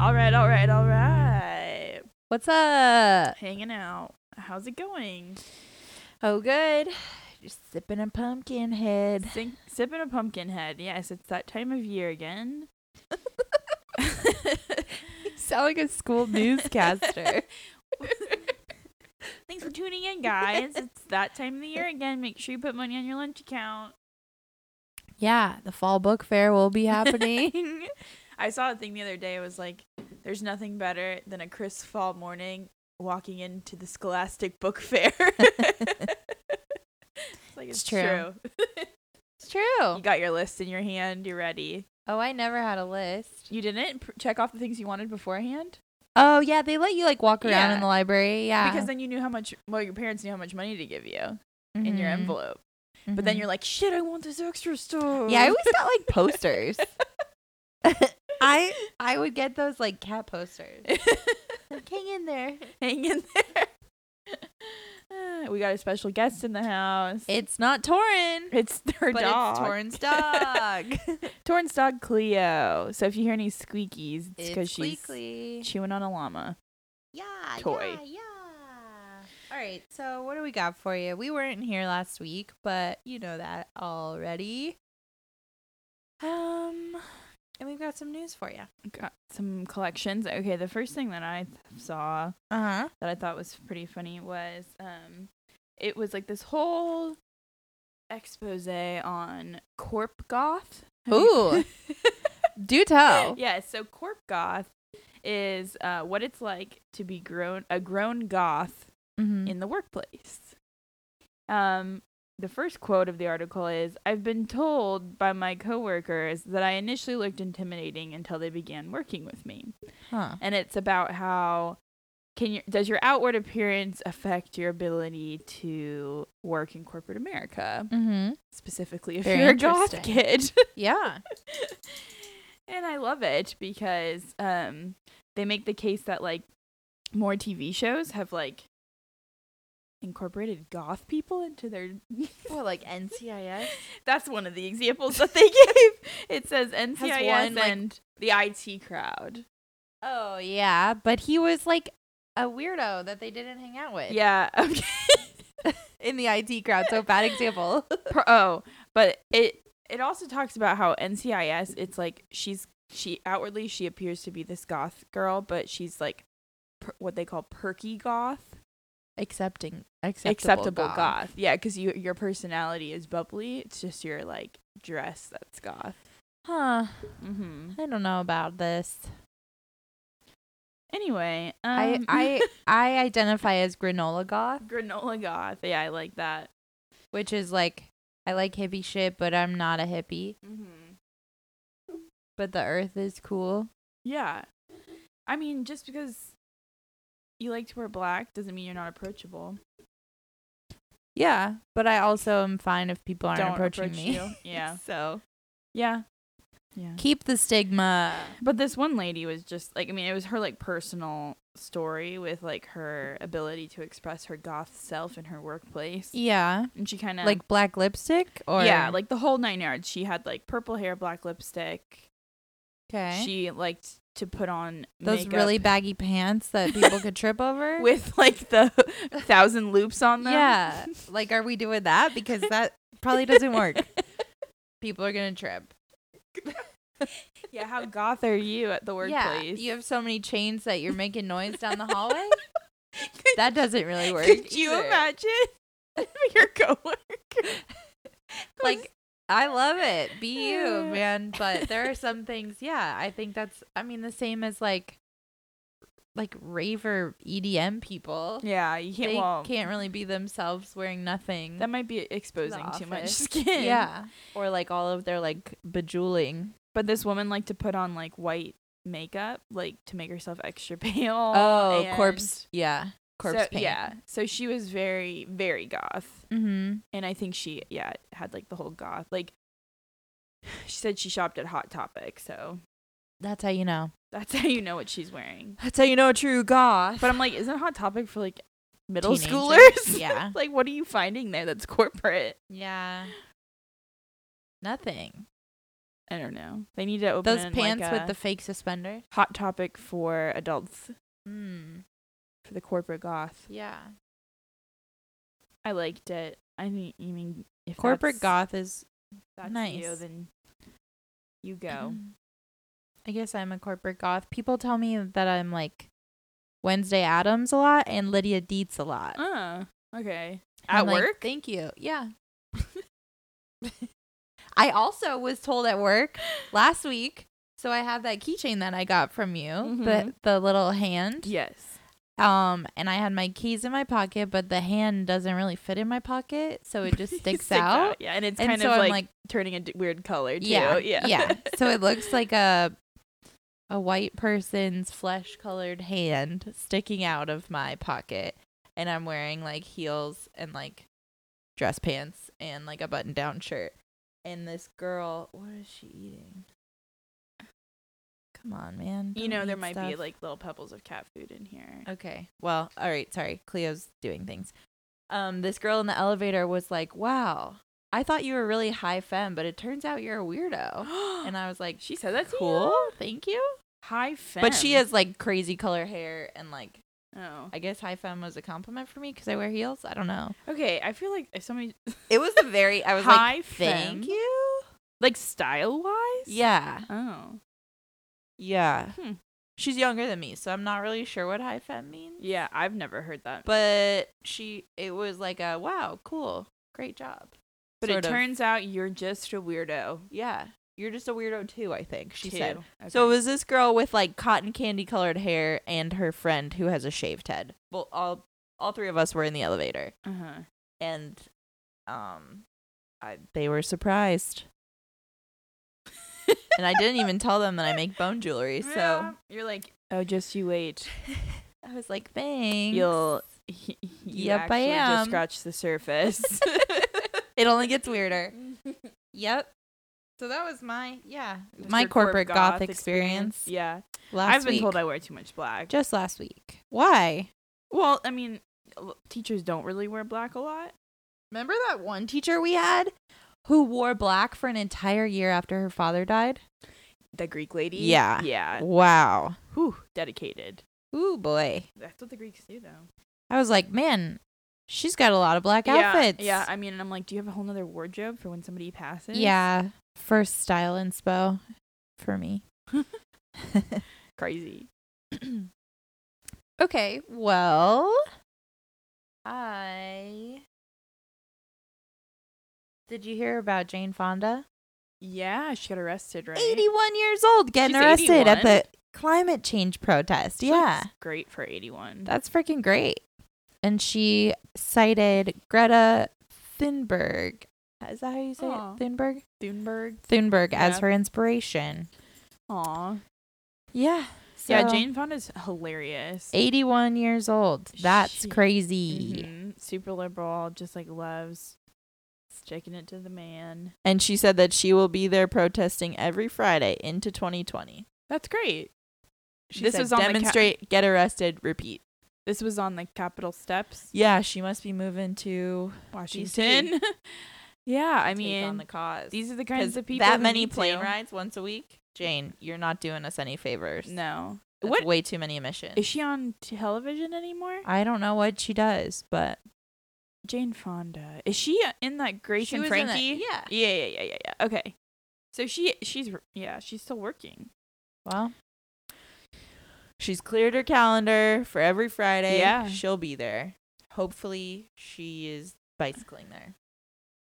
right, all right. What's up? Hanging out. How's it going? Oh, good. Just sipping a pumpkin head. Sing- sipping a pumpkin head. Yes, it's that time of year again. Sound like a school newscaster. Thanks for tuning in, guys. It's that time of the year again. Make sure you put money on your lunch account. yeah, the fall book fair will be happening. I saw a thing the other day. It was like, there's nothing better than a crisp fall morning walking into the Scholastic Book Fair. it's like, It's it's, true. true. it's true. You got your list in your hand. You're ready. Oh, I never had a list. You didn't pr- check off the things you wanted beforehand? Oh, yeah, they let you like walk around in Yeah. the library. Yeah. Because then you knew how much, well, your parents knew how much money to give you in your Mhm, envelope. But then mhm. you're like, shit, I want this extra stuff. Yeah, I always got like posters. I I would get those like cat posters. Like, Hang in there. hang in there. we got a special guest in the house. It's not Torin. it's her but dog. it's Torin's dog. Torrance dog Cleo. So if you hear any squeakies, it's because it's she's Squeakly. chewing on a llama. Yeah, toy. yeah, yeah. All right, so what do we got for you? We weren't here last week, but you know that already. Um, and we've got some news for you. Got some collections. Okay, the first thing that I th- saw Uh huh. that I thought was pretty funny was um, it was like this whole expose on corp goth. Have you- Ooh, oh. do tell. Yeah, so corp goth is uh, what it's like to be grown a grown goth Mm-hmm. in the workplace. Um, the first quote of the article is I've been told by my coworkers that I initially looked intimidating until they began working with me. Huh. And it's about how can your does your outward appearance affect your ability to work in corporate America, Mm-hmm. specifically if Very you're a goth interesting. kid. Yeah. and I love it because um they make the case that like more TV shows have like incorporated goth people into their Well, like NCIS. That's one of the examples that they gave. It says NCIS one, like- and the IT crowd. Oh yeah, but he was like a weirdo that they didn't hang out with. Yeah. Okay. In the IT crowd, so bad example. Pro- oh, but it it also talks about how NCIS it's like she's she outwardly she appears to be this goth girl, but she's like per, what they call perky goth. Accepting. acceptable goth. Yeah, because you your personality is bubbly. It's just your like dress that's goth. Huh. Mm-hmm. I don't know about this. Anyway, I um, I I identify as granola goth, granola goth. Yeah, I like that. which is like I like hippie shit, but I'm not a hippie. Mm-hmm. But the earth is cool. Yeah, I mean, just because you like to wear black doesn't mean you're not approachable. Yeah, but I also am fine if people aren't Don't approaching approach me. you. Yeah, so yeah, yeah. keep the stigma. But this one lady was just like, I mean, it was her like personal story with like her ability to express her goth self in her workplace, Yeah, and she kind of like black lipstick or yeah, like the whole nine yards. She had like purple hair, black lipstick. okay. She liked to put on those makeup really baggy pants that people could trip over. with like the thousand loops on them. yeah, like are we doing that because that probably doesn't work. people are gonna trip. yeah. How goth are you at the yeah, workplace? you have so many chains that you're making noise down the hallway. That doesn't really work. Could you either. imagine your coworker? Like, I love it. Be you, man. But there are some things, yeah, I think that's I mean the same as like like raver EDM people. yeah, you can't. they well, can't really be themselves wearing nothing. that might be exposing too much office. skin. yeah. Or like all of their like bejeweling. but this woman liked to put on like white makeup, like to make herself extra pale. Oh, and- corpse. Yeah. Corpse so, paint. Yeah, so she was very, very goth. Mhm. and I think she yeah had like the whole goth like she said she shopped at Hot Topic, so That's how you know. that's how you know what she's wearing. That's how you know a true goth. But I'm like, isn't Hot Topic for like middle Teenagers? schoolers? Yeah. like, what are you finding there that's corporate? Yeah. um, Nothing. I don't know. They need to open Those in, pants like, with a the fake suspenders. hot topic for adults Mm. for the corporate goth. Yeah. I liked it. I mean, I mean if Corporate that's, goth is that's you, nice. then you go. I guess I'm a corporate goth. People tell me that I'm like Wednesday Adams a lot and Lydia Dietz a lot. Oh, okay. Mm-hmm. I'm At like, work? Thank you. Yeah. I also was told at work last week. So I have that keychain that I got from you, the Mhm. the little hand. yes. Um, and I had my keys in my pocket, but the hand doesn't really fit in my pocket, so it just sticks out. Yeah, and it's And kind so of I'm like, like, turning a d- weird color too. yeah, Yeah. yeah, yeah. So it looks like a a white person's flesh colored hand sticking out of my pocket, and I'm wearing like heels and like dress pants and like a button down shirt. And this girl, what is she eating? Come on, man. you don't know there eat might be stuff. like little pebbles of cat food in here. Okay. Well, all right. Sorry. Cleo's doing things. Um, this girl in the elevator was like, wow, I thought you were really high femme, but it turns out you're a weirdo. And I was like, she said that's cool. Thank you. High femme. But she has like crazy color hair and like, Oh. I guess high femme was a compliment for me because I wear heels. I don't know. Okay, I feel like if somebody It was a very, I was high like, femme, thank you. like style wise. Yeah. Oh. Yeah. Hmm. She's younger than me, so I'm not really sure what high femme means. Yeah, I've never heard that. But, But she, it was like a, wow, cool. Great job. it sort of. turns out you're just a weirdo. Yeah. You're just a weirdo too, I think, she too. said. Okay. So it was this girl with like cotton candy colored hair and her friend who has a shaved head. Well, all all three of us were in the elevator uh-huh. and um I, they were surprised. and I didn't even tell them that I make bone jewelry, so Yeah, you're like, oh, just you wait. I was like, "Thanks." You'll you Yep, I actually am. Just scratch the surface. it only gets weirder. yep. So that was my yeah, Just my your corporate goth, experience, Yeah, last I've been week. told I wear too much black. just last week. Why? Well, I mean, l- teachers don't really wear black a lot. Remember that one teacher we had who wore black for an entire year after her father died? The Greek lady. Yeah. yeah. Wow. Whew, dedicated. Ooh boy. That's what the Greeks do, though. I was like, man, she's got a lot of black outfits. Yeah, I mean, and I'm like, do you have a whole nother wardrobe for when somebody passes? Yeah. First style inspo for me. crazy. okay, well, I Did you hear about Jane Fonda? Yeah, she got arrested, right? 81 years old getting She's arrested at 81? the climate change protest. She yeah. looks great for 81. That's freaking great. And she cited Greta Thunberg. Is that how you say Aw. it? Thunberg? Thunberg. Thunberg as Yep. her inspiration. Aw. Yeah. So, yeah, Jane Fonda's hilarious. 81 years old. That's She- crazy. Mhm. Super liberal, just like loves sticking it to the man. And she said that she will be there protesting every Friday into 2020. That's great. She This said, was on the ca- demonstrate, get arrested, repeat. This was on the Capitol steps, Yeah, she must be moving to Washington. yeah, I take on mean, the cause. these are the 'Cause kinds of people that who many need plane to. rides once a week. Jane, you're not doing us any favors. No, That's What- Way too many emissions. is she on television anymore? I don't know what she does, but Jane Fonda is she in that Grace She and was in that- Frankie? yeah. yeah, yeah, yeah, yeah, yeah. Okay, so she she's yeah she's still working. well, she's cleared her calendar for every Friday. Yeah. she'll be there. Hopefully, she is bicycling there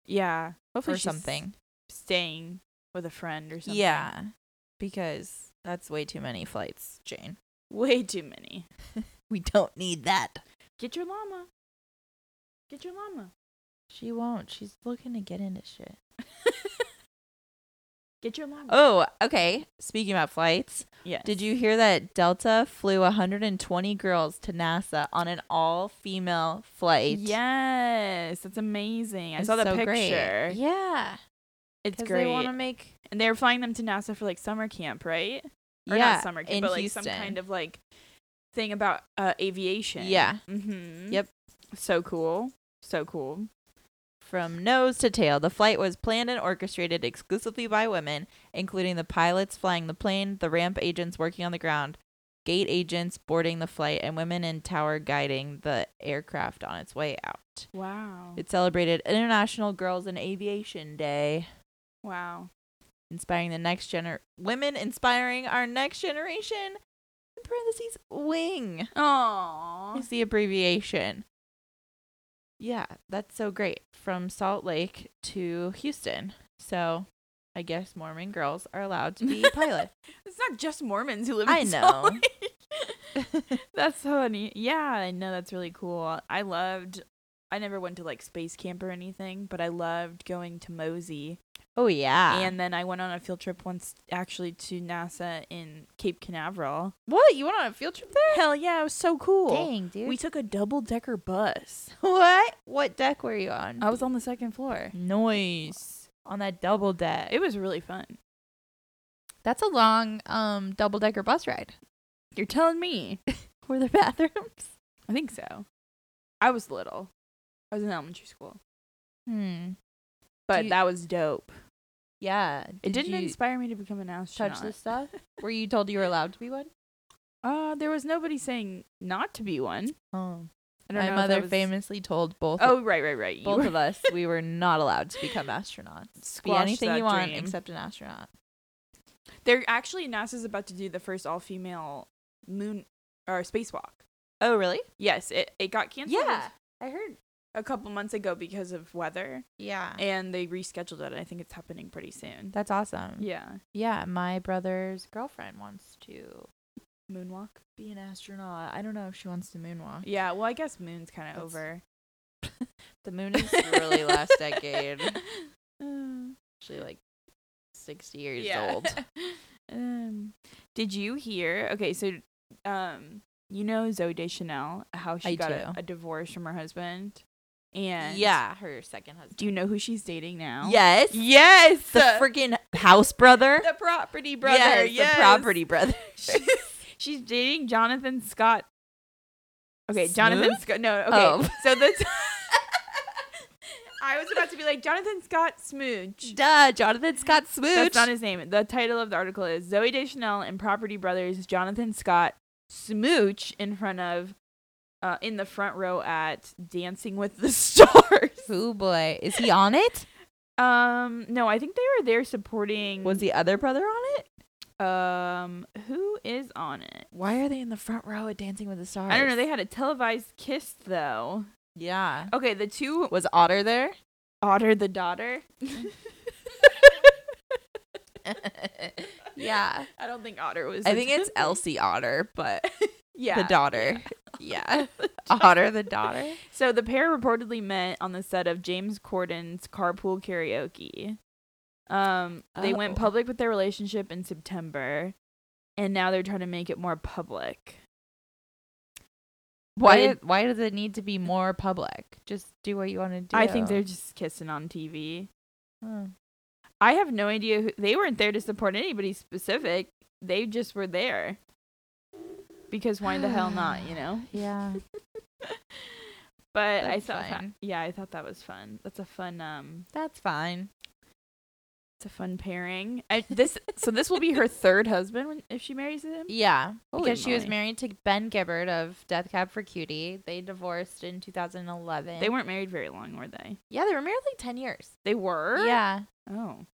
Yeah, hopefully or she's something. staying with a friend or something. Yeah, because that's way too many flights, Jane. way too many. We don't need that. Get your llama. Get your llama. She won't. She's looking to get into shit. Get your llama. Oh, okay. Speaking about flights, yes. Did you hear that Delta flew 120 girls to NASA on an all female flight? Yes, that's amazing. I saw the It's so picture. great. Yeah. It's Because great. they want to make. and they were flying them to NASA for like summer camp, right? Or yeah. not summer camp, in but like Houston. some kind of like thing about uh, aviation. Yeah. Mm-hmm. Yep. So cool. So cool. From nose to tail, the flight was planned and orchestrated exclusively by women, including the pilots flying the plane, the ramp agents working on the ground, gate agents boarding the flight, and women in tower guiding the aircraft on its way out. Wow. It celebrated International Girls in Aviation Day, wow. inspiring the next gener women inspiring our next generation. In parentheses, wing Aww. is the abbreviation. Yeah, that's so great. From Salt Lake to Houston. So I guess Mormon girls are allowed to be pilots. It's not just Mormons who live in I Salt know. Lake. that's so funny. Yeah, I know that's really cool. I loved I never went to like space camp or anything, but I loved going to Mosey. oh yeah. And then I went on a field trip once actually to NASA in Cape Canaveral. what? You went on a field trip there? Hell yeah, it was so cool. Dang, dude. We took a double decker bus. what? What deck were you on? I was on the second floor. Noise. On that double deck. It was really fun. That's a long um double decker bus ride. You're telling me. Were there bathrooms? I think so. I was little. I was in elementary school. Hmm. But you- that was dope. Yeah. It Did didn't you inspire me to become an astronaut. touch the stuff? were you told you were allowed to be one? Uh, there was nobody saying not to be one. Oh. I don't My know if mother that was- famously told both Oh, right, right, right. You both were- of us we were not allowed to become astronauts. Be Squash anything that you want dream. except an astronaut. They're actually NASA's about to do the first all-female moon or spacewalk. Oh really? Yes, it it got canceled. Yeah. I heard. A couple months ago because of weather, Yeah. and they rescheduled it. I think it's happening pretty soon. That's awesome. Yeah, Yeah, my brother's girlfriend wants to moonwalk. be an astronaut. I don't know if she wants to moonwalk. Yeah, well, I guess moon's kind of That's- over. The moon is really last decade. Uh, Actually like 60 years Yeah. old. Um, did you hear? Okay, so um, you know Zoe Deschanel, how she I got do. a, a divorce from her husband, and yeah, her second husband. do you know who she's dating now? Yes. yes, The freaking house brother. the property brother, Yes, yes. the property brother. She's dating Jonathan Scott. Okay, Jonathan Smoot? Scott. No, okay. Oh. So that's. I was about to be like Jonathan Scott Smooch. Duh, Jonathan Scott Smooch. That's not his name. The title of the article is Zoe Deschanel and Property Brothers Jonathan Scott smooch in front of, uh, in the front row at Dancing with the Stars. Oh boy, is he on it? Um, no, I think they were there supporting. Was the other brother on it? um, who is on it? Why are they in the front row at Dancing with the Stars? I don't know. They had a televised kiss though. yeah. Okay, the two Was Otter there? Otter the daughter. yeah. I don't think Otter was. I think it's Elsie Otter, but yeah. the daughter. Yeah. Otter the daughter. So the pair reportedly met on the set of James Corden's Carpool Karaoke. Um, they went Oh. public with their relationship in September, and now they're trying to make it more public. Why But it- why does it need to be more public? Just do what you want to do. I think they're just kissing on TV. Hmm. I have no idea who they weren't there to support anybody specific. They just were there because why the hell not, you know? Yeah. But I That's thought, fine. yeah, I thought that was fun. That's a fun, um, That's fine. it's a fun pairing. I, this, so this will be her third husband when, if she marries him. Yeah. Holy because she was moly. married to Ben Gibbard of Death Cab for Cutie. They divorced in 2011. They weren't married very long, were they? Yeah, they were married like 10 years. They were? Yeah. Oh.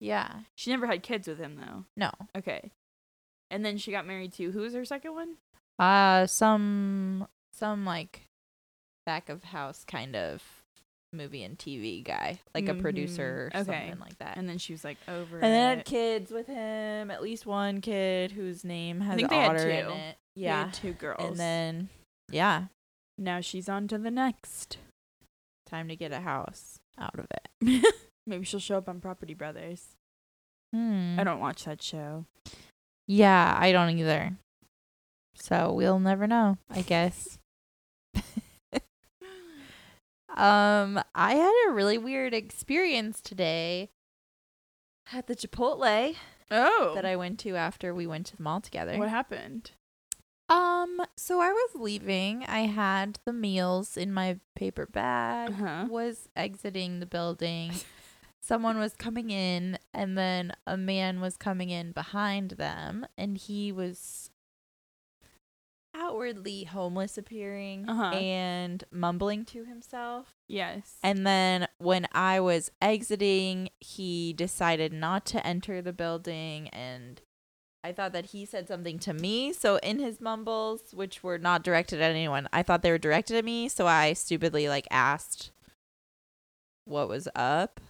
Yeah. She never had kids with him, though. No. Okay. And then she got married to who was her second one? Uh some some like back of house kind of movie and TV guy, like Mhm. a producer or Okay. something like that. And then she was like over. And then had it. kids with him, at least one kid whose name has think they had otter in two. it. They had Yeah. two girls. And then yeah, now she's on to the next. time to get a house out of it. Maybe she'll show up on Property Brothers. Hmm. I don't watch that show. Yeah, I don't either. So we'll never know, I guess. um, I had a really weird experience today at the Chipotle Oh. that I went to after we went to the mall together. what happened? Um, so I was leaving. I had the meals in my paper bag. Uh-huh. Was exiting the building. Someone was coming in and then a man was coming in behind them and he was outwardly homeless appearing Uh-huh. and mumbling to himself. Yes. And then when I was exiting, he decided not to enter the building and I thought that he said something to me. So in his mumbles, which were not directed at anyone, I thought they were directed at me, so I stupidly like asked what was up.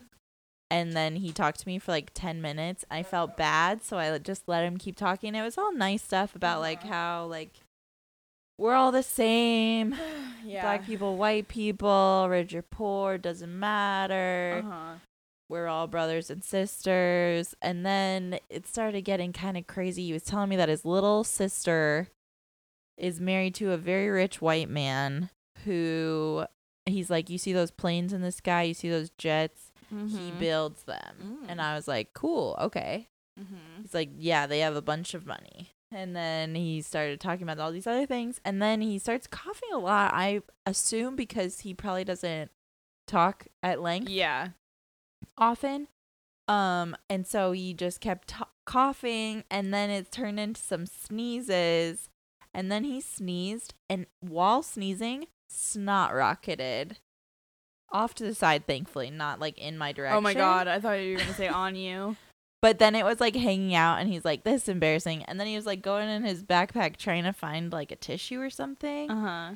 And then he talked to me for like 10 minutes. I felt bad, so I just let him keep talking. It was all nice stuff about like how like we're all the same yeah. black people, white people, rich or poor, doesn't matter. uh-huh. We're all brothers and sisters. And then it started getting kind of crazy. He was telling me that his little sister is married to a very rich white man who he's like, You see those planes in the sky, you see those jets, he Mhm. builds them. And Mm. I was like, Cool, okay. Mhm. He's like, yeah, they have a bunch of money. And then he started talking about all these other things. And then he starts coughing a lot. I assume because he probably doesn't talk at length Yeah. often. Um, and so he just kept t- coughing. And then it turned into some sneezes. And then he sneezed. And while sneezing, snot rocketed off to the side, thankfully, not like in my direction. Oh my god, I thought you were gonna say on you. But then it was like hanging out, and he's like, "This is embarrassing." And then he was like going in his backpack trying to find like a tissue or something. Uh huh.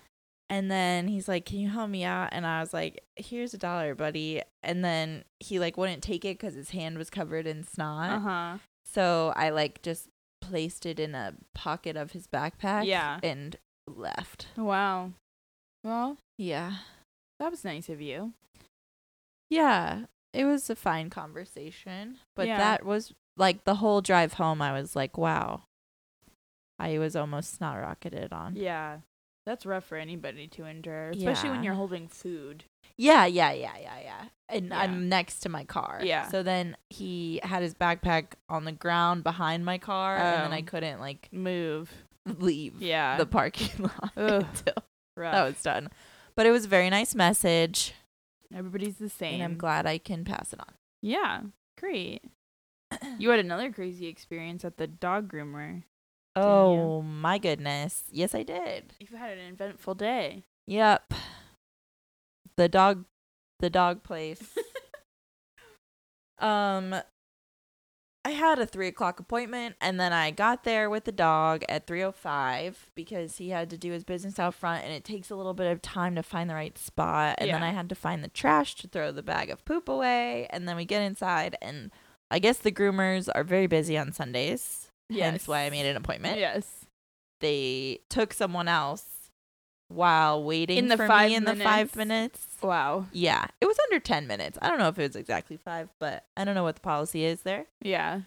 And then he's like, "Can you help me out?" And I was like, "Here's a dollar, buddy." And then he like wouldn't take it because his hand was covered in snot. Uh huh. So I like just placed it in a pocket of his backpack. Yeah. And left. Wow. Well, Yeah. that was nice of you. Yeah. It was a fine conversation. But Yeah. that was like the whole drive home I was like, wow. I was almost snot rocketed on. Yeah. That's rough for anybody to endure, especially when Yeah. you're holding food. Yeah, yeah, yeah, yeah, yeah. And Yeah. I'm next to my car. Yeah. So then he had his backpack on the ground behind my car and then I Oh. couldn't like Move. leave Yeah. the parking lot Ugh. until rough. that was done. But it was a very nice message. Everybody's the same. And I'm glad I can pass it on. Yeah. Great. You had another crazy experience at the dog groomer. Oh my goodness. Yes I did. You've had an eventful day. Yep. The dog the dog place. um I had a three o'clock appointment and then I got there with the dog at three oh five because he had to do his business out front and it takes a little bit of time to find the right spot. And then Yeah. I had to find the trash to throw the bag of poop away and then we get inside and I guess the groomers are very busy on Sundays. Hence why I Yes. made an appointment Yes. they took someone else while waiting In the for five me in the five minutes? minutes. Wow. Yeah, it was under 10 minutes. I don't know if it was exactly five, but I don't know what the policy is there. Yeah.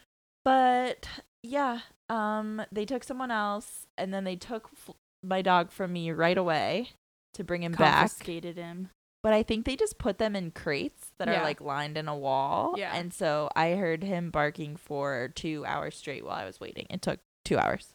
But yeah, um, they took someone else and then they took f- my dog from me right away to bring him back. Confiscated him. But I think they just put them in crates that Yeah. are like lined in a wall. Yeah. And so I heard him barking for two hours straight while I was waiting. It took two hours.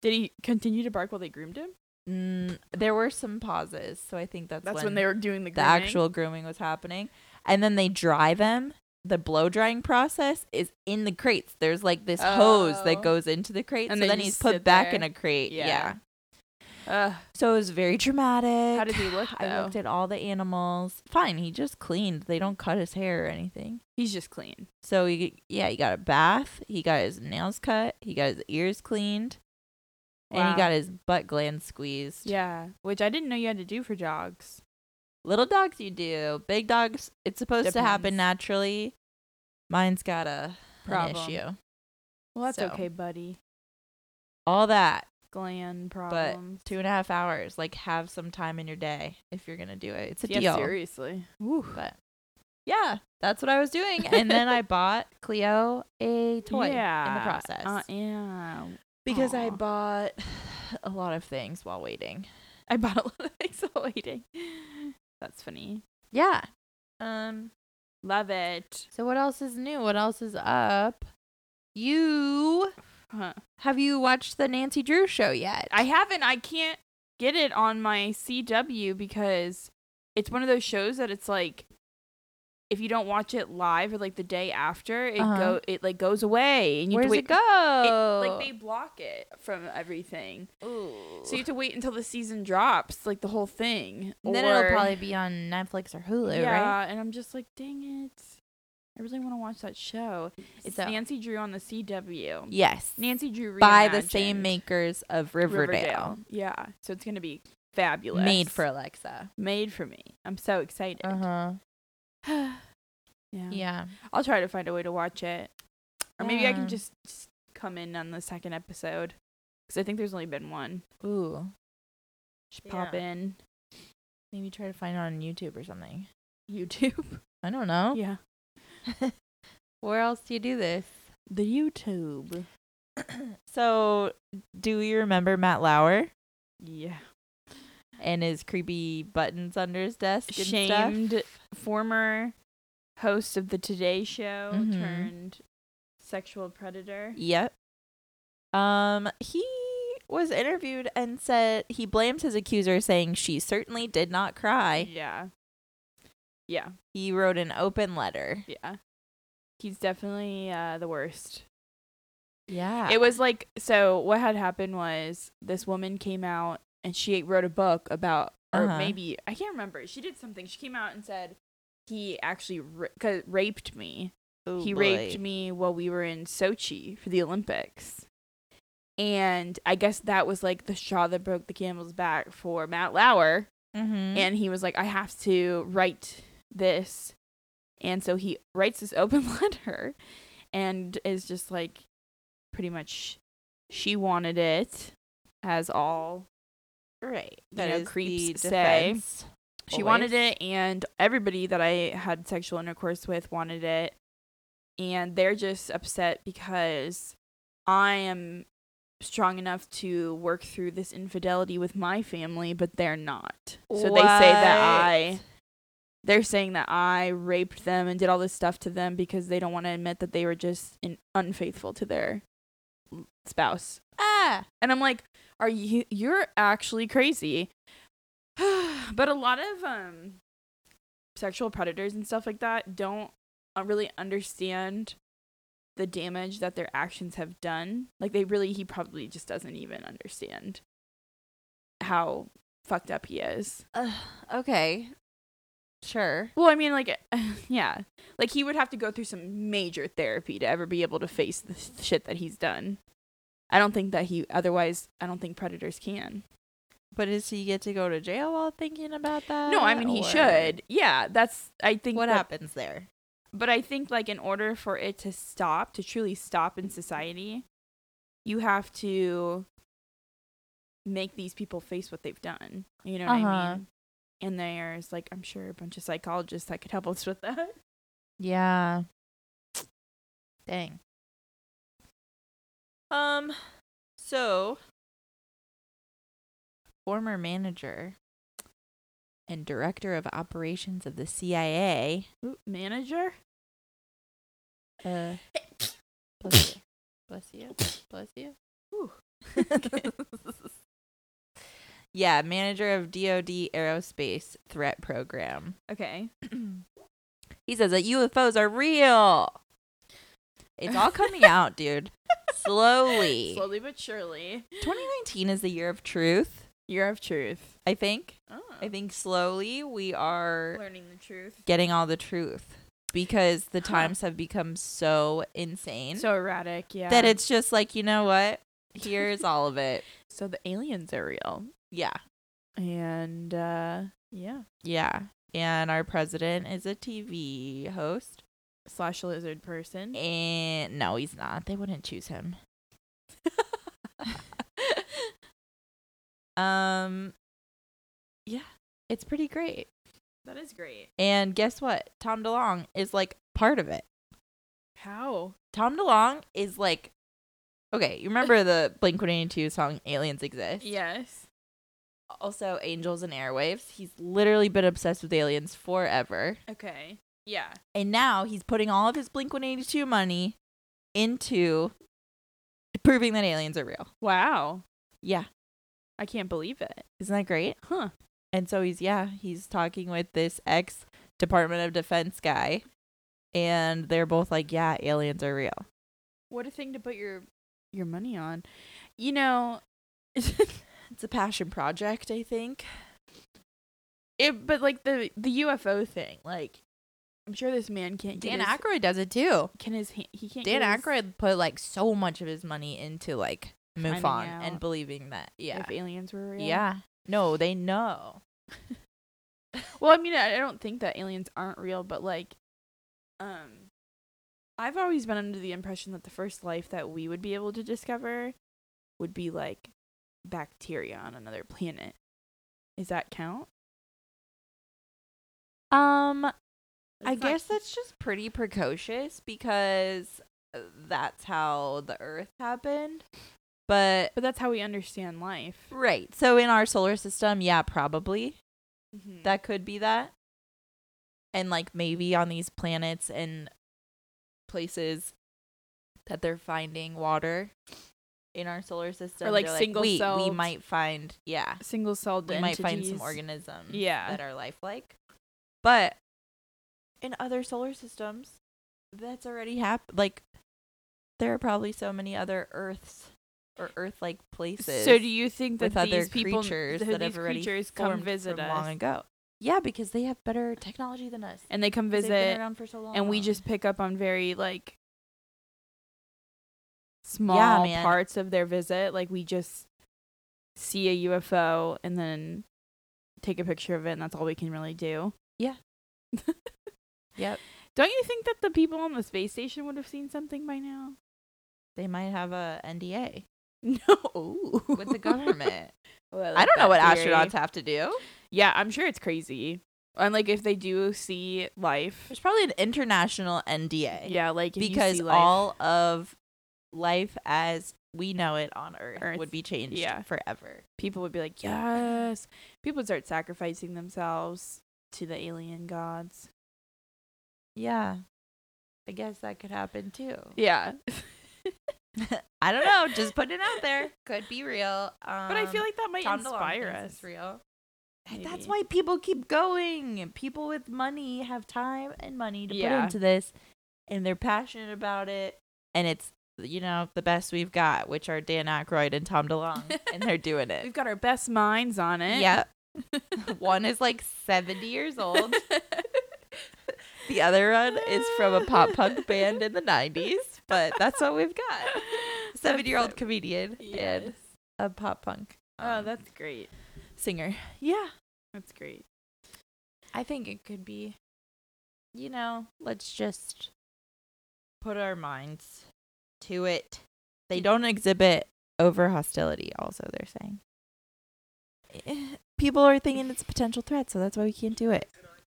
Did he continue to bark while they groomed him? Mm, there were some pauses, so I think that's, That's when, they were doing the the grooming. actual grooming was happening. And then they dry them. The blow drying process is in the crates. There's like this hose Oh. that goes into the And crate, and so they then just he's put sit back in there. a crate. Yeah. Yeah. Ugh. So it was very dramatic. How did he look? Though? I looked at all the animals. Fine, he just cleaned. They don't cut his hair or anything. He's just clean. So he, yeah, he got a bath. He got his nails cut. He got his ears cleaned, and Wow. he got his butt gland squeezed. Yeah, which I didn't know you had to do for dogs. Little dogs, you do. Big dogs, it's supposed to Depends. happen naturally. Mine's got a Problem. an issue. Well, that's So. okay, buddy. All that Gland problems. two and a half hours. Like have some time in your day if you're gonna do it. It's a yeah, deal. seriously. But yeah, that's what I was doing, and then I bought Cleo a toy in the Yeah. process Uh, yeah. because I aw. bought a lot of things while waiting. I bought a lot of things while waiting. That's funny. Yeah. Um. Love it. So what else is new? What else is up? You Huh. Have you watched the Nancy Drew show yet? I haven't. I can't get it on my CW because it's one of those shows that it's like if you don't watch it live or like the day after, it Uh-huh. go it like goes away and you Where have does to wait. it go? It, Oh. like they block it from everything, Ooh. so you have to wait until the season drops, like the whole thing. And then Or- it'll probably be on Netflix or Hulu, right? yeah, and I'm just like, dang it, I really want to watch that show. It's So- Nancy Drew on the CW. Yes. Nancy Drew by the same reimagined makers of Riverdale. Yeah, so it's gonna be fabulous. Made for Alexa. made for me. I'm so excited. huh. yeah. Uh-huh. Yeah. I'll try to find a way to watch it. Or maybe I Yeah. can just, just come in on the second episode cuz I think there's only been one. Ooh. Just pop Yeah. in Maybe try to find it on YouTube or something. YouTube. I don't know. Yeah. Where else do you do this? The YouTube. So, do you remember Matt Lauer Yeah. and his creepy buttons under his desk? And Shamed Stuff? former host of the Today show Mhm. turned sexual predator. Yep. Um, he was interviewed and said he blames his accuser, saying she certainly did not cry. Yeah. Yeah. He wrote an open letter. Yeah. He's definitely uh, the worst. Yeah. it was like so what had happened was this woman came out and she wrote a book about or Uh-huh. maybe i can't remember she did something she came out and said he actually ra- 'cause- raped me Oh, he raped me while we were in sochi for the olympics and i guess that was like the straw that broke the camel's back for matt lauer Mm-hmm. and he was like i have to write this and so he writes this open letter and is just like pretty much she wanted it as all right. you That know, is creeps the say. defense. she wanted Always. it and everybody that i had sexual intercourse with wanted it and they're just upset because i am strong enough to work through this infidelity with my family but they're not so they say that i they're saying that I raped them and did all this stuff to them because they don't want to admit that they were just in, unfaithful to their l- spouse. ah And I'm like, are you you're actually crazy. but a lot of um sexual predators and stuff like that don't uh, really understand the damage that their actions have done. Like they really he probably just doesn't even understand how fucked up he is. okay, sure. Well, I mean, like, yeah, like he would have to go through some major therapy to ever be able to face the s- shit that he's done. I don't think that he otherwise. I don't think predators can. But does he get to go to jail while thinking about that? No, I mean he or- should. Yeah, that's. I think What that- happens there? But I think like in order for it to stop, to truly stop in society, you have to make these people face what they've done. You know what I Uh-huh. mean? And there's like I'm sure a bunch of psychologists that could help us with that. Yeah. Dang. Um so former manager and director of operations of the CIA Ooh, manager. uh bless you. Bless you. Bless you. yeah, manager of DoD Aerospace Threat Program. Okay. he says that UFOs are real. It's all coming out, dude. Slowly. Slowly but surely. 2019 is the year of truth, Year of truth. I think. Oh. I think slowly we are learning the truth. getting all the truth because the Huh. times have become so insane So erratic, yeah. that it's just like, you know what? Here's all of it. so the aliens are real. Yeah. And uh yeah. Yeah. And our president is a TV host. Slash lizard person. And no, he's not. They wouldn't choose him. um yeah, it's pretty great. That is great. And guess what? Tom DeLong is like part of it. How? Tom DeLong is like Okay, you remember the Blink-182 song Aliens Exist? Yes. Also Angels and Airwaves. He's literally been obsessed with aliens forever. Okay. Yeah. And now he's putting all of his Blink 182 money into proving that aliens are real. Wow. Yeah. I can't believe it. Isn't that great? Huh. And so he's yeah, he's talking with this ex Department of Defense guy and they're both like, "Yeah, aliens are real." What a thing to put your your money on. You know, It's a passion project, I think. it but like the the UFO thing, like I'm sure this man can't get Dan his, Aykroyd does it too. can his ha- he can't Dan get his- Aykroyd put like so much of his money into like MUFON out and believing that. Yeah. if aliens were real. Yeah. No, they know. Well, I mean, I I don't think that aliens aren't real, but like, um, I've always been under the impression that the first life that we would be able to discover would be like bacteria on another planet. Is that count? Um, I It's not- guess that's just pretty precocious because uh, that's how the Earth happened. But but that's how we understand life. right, so in our solar system, yeah, probably that could be that, and like maybe on these planets and places that they're finding water in our solar system, like, they're "Wait, we single-celled- might find yeah, single celled we might find some organs. organisms Yeah. that are lifelike. But in other solar systems, that's already happened. Like, there are probably so many other Earths or Earth-like places. So do you think that with other these people creatures that that these have already creatures come formed visit from us long ago. Yeah, because they have better technology than us. and they come 'Cause They've been visit around for so long. and we just pick up on very like small man. parts of their visit like we just see a ufo and then take a picture of it and that's all we can really do Yeah. Yep. don't you think that the people on the space station would have seen something by now they might have a NDA no with the government. I don't know what astronauts have to do. yeah i'm sure it's crazy and like if they do see life There's probably an international NDA. yeah like if you because see life- all of life as we know it on Earth, Earth, would be changed yeah. forever. people would be like, yes. People would start sacrificing themselves to the alien gods. Yeah. I guess that could happen too. Yeah. I don't know. Just putting it out there. Could be real. Um, But I feel like that might Tom DeLonge inspire thinks us. it's real. Maybe. Eh, That's why people keep going. People with money have time and money to Yeah. put into this, and they're passionate about it. And it's you know the best we've got, which are Dan Aykroyd and Tom DeLonge, and they're doing it. We've got our best minds on it. Yep. one is like 70 years old. The other one is from a pop punk band in the 90s, but that's what we've got. 70 year old comedian Yes. and a pop punk Oh, um, that's great. singer. Yeah. That's great. I think it could be, you know, let's just put our minds to it. They don't exhibit over hostility, also, they're saying. Eh, People are thinking it's a potential threat, so that's why we can't do it.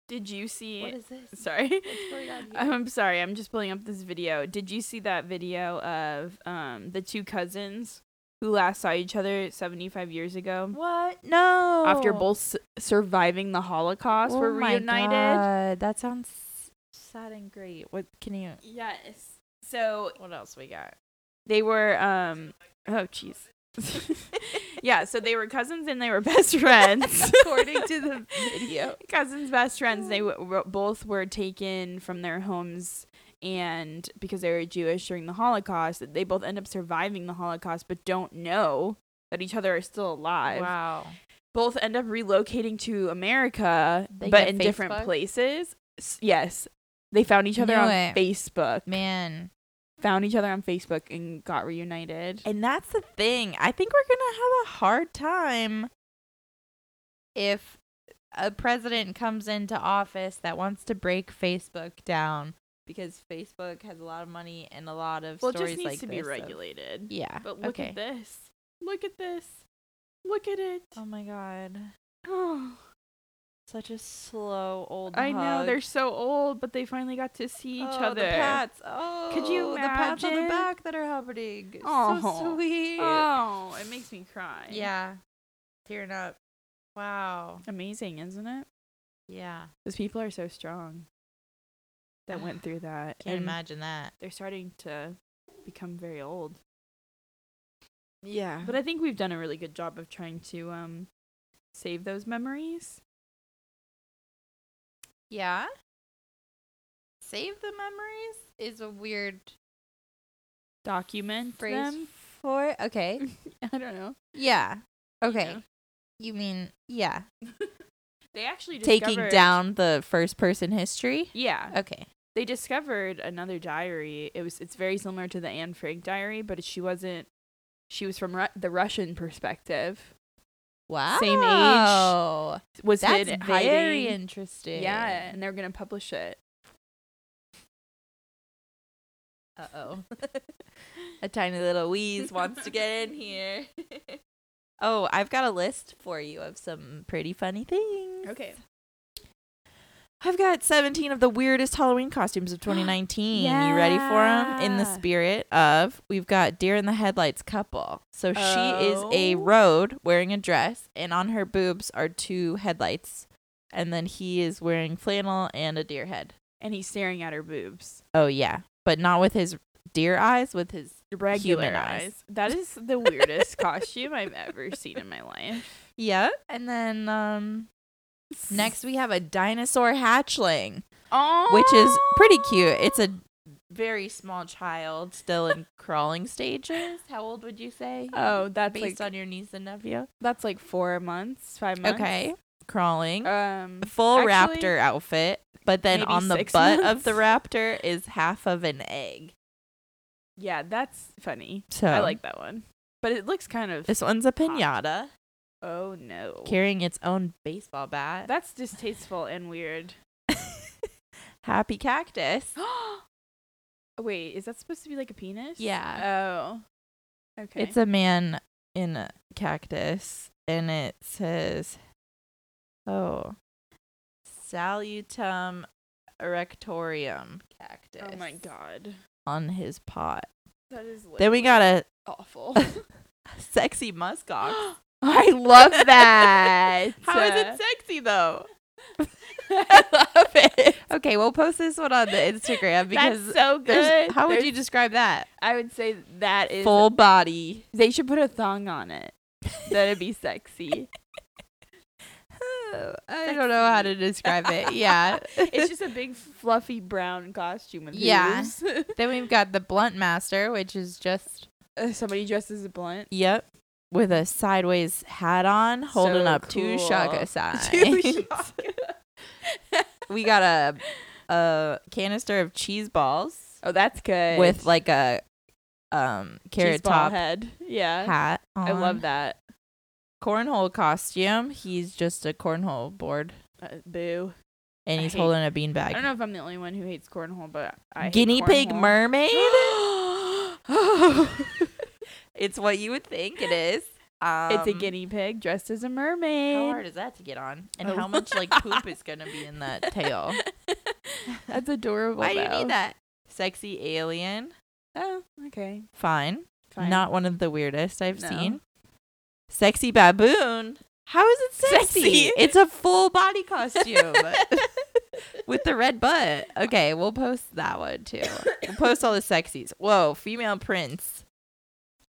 Did you see? What is this? sorry. going on here? I'm sorry. I'm just pulling up this video. Did you see that video of um, the two cousins who last saw each other 75 years ago? What? No. After both s- surviving the Holocaust, were Oh. my reunited. God, That sounds sad and great. What can you? Yes. So What else we got? they were um oh jeez. yeah, so they were cousins and they were best friends. According to the video. cousins best friends they w- w- both were taken from their homes and because they were Jewish during the Holocaust, they both end up surviving the Holocaust but don't know that each other are still alive. Wow. Both end up relocating to America They but get in different Facebook? places. S- yes. They found each other Knew on it. Facebook. Man. Found each other on Facebook and got reunited. And that's the thing. I think we're going to have a hard time if a president comes into office that wants to break Facebook down because Facebook has a lot of money and a lot of Well, it stories just needs like to be this of- regulated. yeah. But look okay. at this. Look at this. Look at it. Oh my god. Oh, Such a slow old I know hug. they're so old, but they finally got to see each Oh, other. The pats. Oh, you the pats on imagine? the back that are happening? It's Oh. so sweet. Oh, it makes me cry. Yeah, tearing up. Wow. Amazing, isn't it? Yeah, Those people are so strong that went through that. can't and imagine that. they're starting to become very old. Yeah. But I think we've done a really good job of trying to um save those memories. Yeah. Save the memories is a weird Document phrase them. for. Okay. I don't know. Yeah. Okay. know. You mean yeah, They actually taking discovered- down the first person history? Yeah, Okay. they discovered another diary. It was it's very similar to the Anne Frank diary, but she wasn't. She was from Ru- the Russian perspective. Wow. Same age, age. Was That's hid, very hiding. interesting. Yeah, and they're gonna publish it. Uh oh. a tiny little wheeze wants to get in here. oh, I've got a list for you of some pretty funny things. Okay. I've got 17 of the weirdest Halloween costumes of 2019. You ready for them? In the Yeah. spirit of, we've got Deer in the Headlights couple. So she is a Oh. road wearing a dress, and on her boobs are two headlights. And then he is wearing flannel and a deer head. And he's staring at her boobs. Oh, yeah. But not with his deer eyes, with his Regular Human eyes. eyes. That is the weirdest costume I've ever seen in my life. Yeah. And then um next we have a dinosaur hatchling, Oh, which is pretty cute. It's a very small child still in crawling stages. How old would you say? oh, that's based like on your niece and nephew. that's like four months, five months. Okay. Crawling. Um, Full actually, raptor outfit, but then maybe on the six butt of the months. raptor is half of an egg. yeah, that's funny. So I like that one, but it looks kind of. Um, this one's a pinata Oh no, carrying its own baseball bat. that's distasteful and weird. Happy cactus. Wait, is that supposed to be like a penis? Yeah. Oh. Okay. It's a man in a cactus, and it says, "Oh, salutum erectorium cactus." oh my god, On his pot. that is. Then we got a awful. sexy muskox. I love that. How is it sexy though? I love it. Okay, we'll post this one on the Instagram because That's so there's- good. how would There's- you describe that? I would say that is. Full body. They should put a thong on it. That'd be sexy. Oh, I don't know how to describe it. Yeah. it's just a big fluffy brown costume with Yeah. hooves. Then we've got the blunt master, which is just Uh, somebody dressed as a blunt. yep, with a sideways hat on, holding So up two cool. shaka signs. Two shaka. we got a a canister of cheese balls Oh, that's good. with like a um carrot Cheese ball top head. Yeah. hat. I on. love that. cornhole costume. He's just a cornhole board, Uh, boo. and I he's hate- holding a I don't beanbag. know if I'm the only one who hates cornhole, but I hate Guinea pig cornhole. mermaid. it's what you would think it is. Um, It's a guinea pig dressed as a mermaid. How hard is that to get on? And Oh. how much like poop is gonna be in that tail? That's adorable. Why do you though. need that? Sexy alien. Oh, okay. Fine. Fine. Not one of the weirdest I've No. seen. Sexy baboon. How is it sexy? Sexy. It's a full body costume with the red butt. Okay, we'll post that one too. We'll post all the sexies. Whoa, female prince.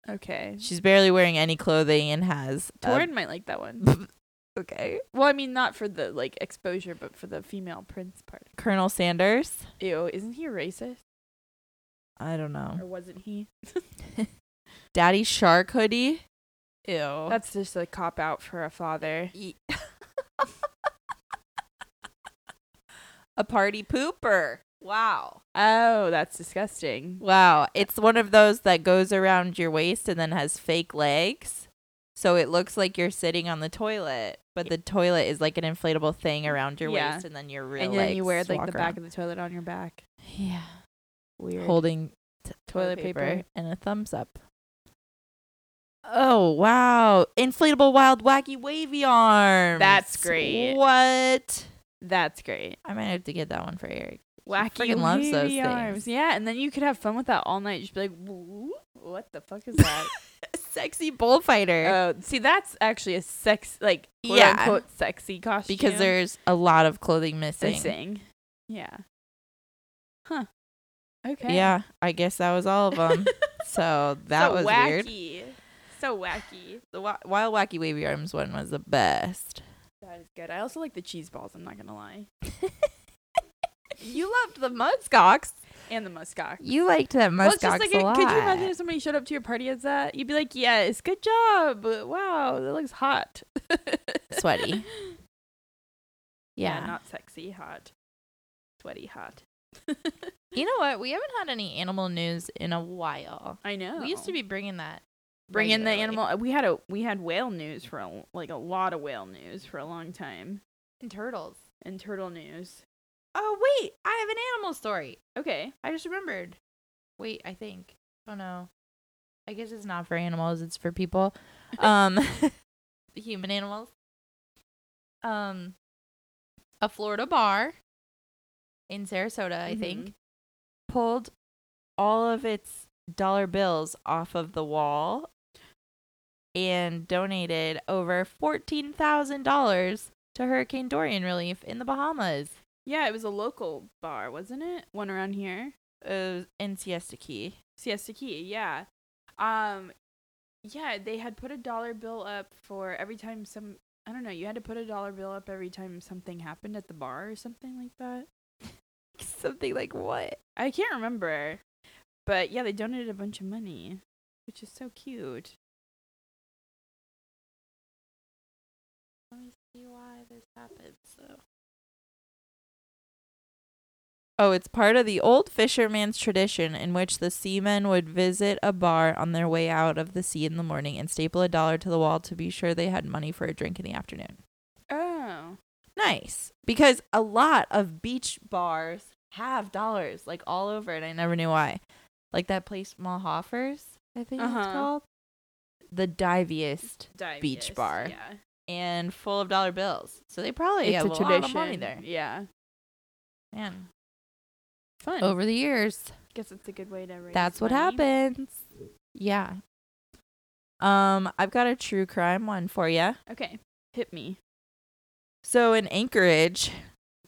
okay. She's barely wearing any clothing and has a- Torin might like that one. okay. Well, I mean, not for the like exposure, but for the female prince part. Colonel Sanders. Ew, isn't he racist? I don't know. Or wasn't he? Daddy Shark hoodie. Ew. That's just a cop out for a father. Ye- a party pooper. Wow. Oh, that's disgusting. Wow. It's one of those that goes around your waist and then has fake legs. So it looks like you're sitting on the toilet, but the toilet is like an inflatable thing around your Yeah. waist and then your real and then you legs wear like walk the around. back of the toilet on your back. Yeah. Weird. Holding t- Toilet paper. and a thumbs up. Oh, wow. Inflatable wild wacky wavy arms. That's great. What? That's great. I might have to get that one for Eric. Wacky freaking loves those wavy arms. things. Yeah, and then you could have fun with that all night. Just be like, "Woo, what the fuck is that? Sexy bullfighter. Oh, see, that's actually a sex, like, quote Yeah. unquote, sexy costume. because there's a lot of clothing missing. missing. Yeah. Huh. Okay. Yeah, I guess that was all of them. so that So was weird. wacky. so wacky. The wi- Wild Wacky Wavy Arms one was the best. That is good. I also like the cheese balls. I'm not gonna lie. You loved the muskox. And the muskox. You liked that muskox Well, it's just like a lot. could you imagine if somebody showed up to your party as that? You'd be like, "Yes, good job. Wow, that looks hot." Sweaty. Yeah, Yeah. not sexy hot. Sweaty hot. you know what? We haven't had any animal news in a while. I know. We used to be bringing that. bring in the regularly. animal. We had a we had whale news for a, like a lot of whale news for a long time and turtles. and turtle news. Oh wait, I have an animal story. Okay. I just remembered. Wait, I think. Oh no. I guess it's not for animals, it's for people. Um human animals. Um a Florida bar in Sarasota, I think, pulled all of its dollar bills off of the wall and donated over $14,000 to Hurricane Dorian relief in the Bahamas. Yeah, it was a local bar, wasn't it? One around here. Uh, in Siesta Key. Siesta Key, yeah. Um yeah, they had put a dollar bill up for every time some I don't know, you had to put a dollar bill up every time something happened at the bar or something like that. Something like what? I can't remember. But yeah, they donated a bunch of money, which is so cute. Let me see why this happened. So. Oh, it's part of the old fisherman's tradition in which the seamen would visit a bar on their way out of the sea in the morning and staple a dollar to the wall to be sure they had money for a drink in the afternoon. Oh. Nice. Because a lot of beach bars have dollars like all over and I never knew why. Like that place Malhoffers, I think it's Uh-huh. called. The diviest Diviest, bar. Yeah. and full of dollar bills. So they probably have a, lot of money there. Yeah. Man, Fun. over the years, Guess it's a good way to raise that's what money. happens. Yeah. Um, I've got a true crime one for you. Okay. Hit me. So in Anchorage,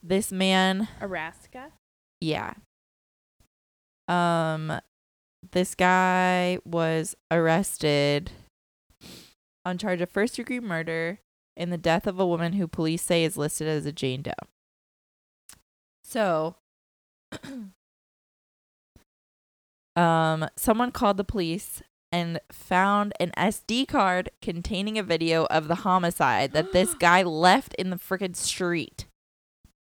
this man, Araska? yeah. Um this guy was arrested on charge of first-degree murder in the death of a woman who police say is listed as a Jane Doe. So, um, someone called the police and found an SD card containing a video of the homicide that this guy left in the freaking street,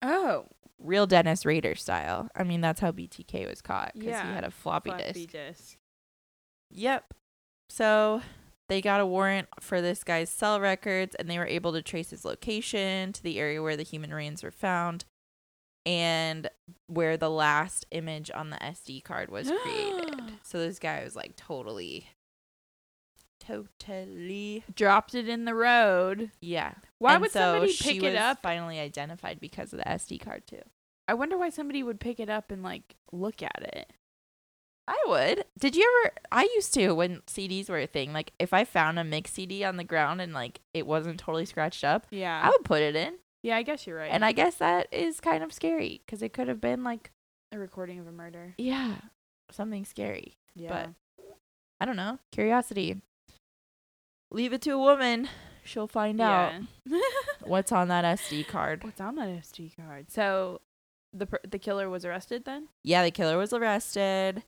Oh. real Dennis Rader style. I mean, that's how BTK was caught because he Yeah, had a floppy, disk. Floppy disk. Yep. So they got a warrant for this guy's cell records and they were able to trace his location to the area where the human remains were found and where the last image on the SD card was created. So this guy was like totally totally Dropped it in the road. yeah. Why And would so somebody she pick was it up? Finally identified because of the SD card too. I wonder why somebody would pick it up and like look at it. I would. Did you ever? I used to when CDs were a thing. Like if I found a mix CD on the ground and like it wasn't totally scratched up, Yeah. I would put it in. yeah, I guess you're right. And I guess that is kind of scary because it could have been like a recording of a murder. yeah something scary. Yeah. I don't know. Curiosity. Leave it to a woman. She'll find out Yeah. what's on that SD card. What's on that SD card? So the per- the killer was arrested then? Yeah, the killer was arrested,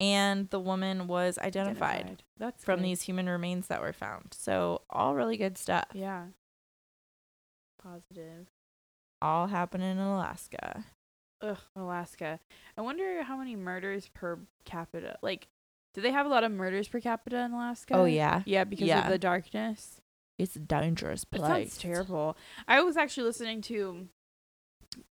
and the woman was identified, That's from good. these human remains that were found. So all really good stuff. Yeah. Positive. All happening in Alaska. Ugh, Alaska. I wonder how many murders per capita. Like, do they have a lot of murders per capita in Alaska? Oh yeah, Yeah, because Yeah. of the darkness. it's a dangerous That place. sounds terrible. I was actually listening to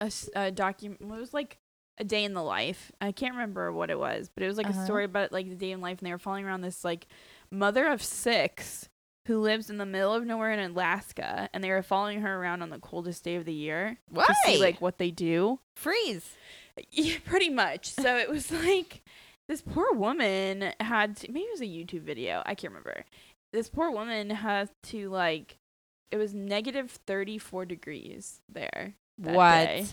a, s- a document. It was like a day in the life. I can't remember what it was, but it was like Uh-huh. a story about like the day in life, and they were following around this like mother of six who lives in the middle of nowhere in Alaska, and they were following her around on the coldest day of the year Why? to see like what they do. freeze. Yeah, pretty much. So it was like this poor woman had to, maybe it was a YouTube video. I can't remember. This poor woman had to like it was negative 34 degrees there that what? day.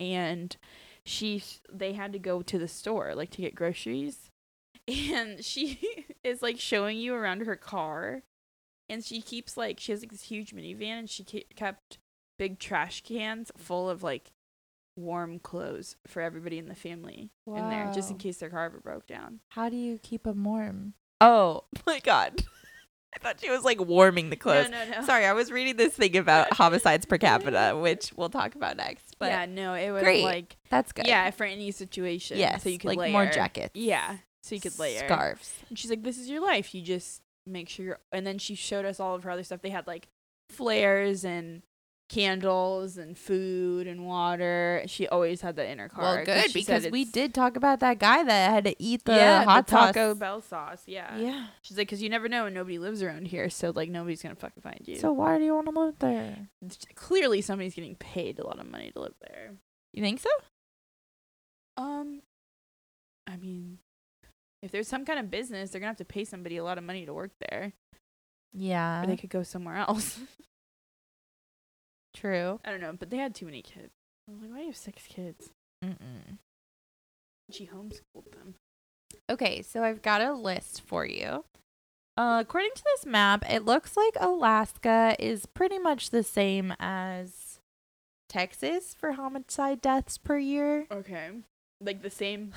and she they had to go to the store like to get groceries and she is like showing you around her car and she keeps like she has like this huge minivan and she ke- kept big trash cans full of like warm clothes for everybody in the family in there just in Wow. case their car ever broke down. How do you keep them warm? Oh my god. I thought she was like warming the clothes. No, no, no. Sorry, I was reading this thing about homicides per capita, which we'll talk about next. But yeah, no, it was Great. like that's good. yeah for any situation. Yes. so you could like layer. more jackets. Yeah, so you could layer. scarves. And she's like, "This is your life. You just make sure you're." And then she showed us all of her other stuff. They had like flares and candles and food and water. She always had that in her car. Well, 'cause good she said because we it's- did talk about that guy that had to eat the yeah, hot the taco sauce. bell sauce. Yeah. Yeah. She's like, "Cause you never know, and nobody lives around here, so like nobody's gonna fucking find you." So why do you want to live there? clearly, somebody's getting paid a lot of money to live there. You think so? Um, I mean, if there's some kind of business, they're gonna have to pay somebody a lot of money to work there, Yeah. or they could go somewhere else. True. I don't know, but they had too many kids. I was like, why do you have six kids? Mm-mm. She homeschooled them. Okay, so I've got a list for you. Uh, according to this map, it looks like Alaska is pretty much the same as Texas for homicide deaths per year. Okay. Like the same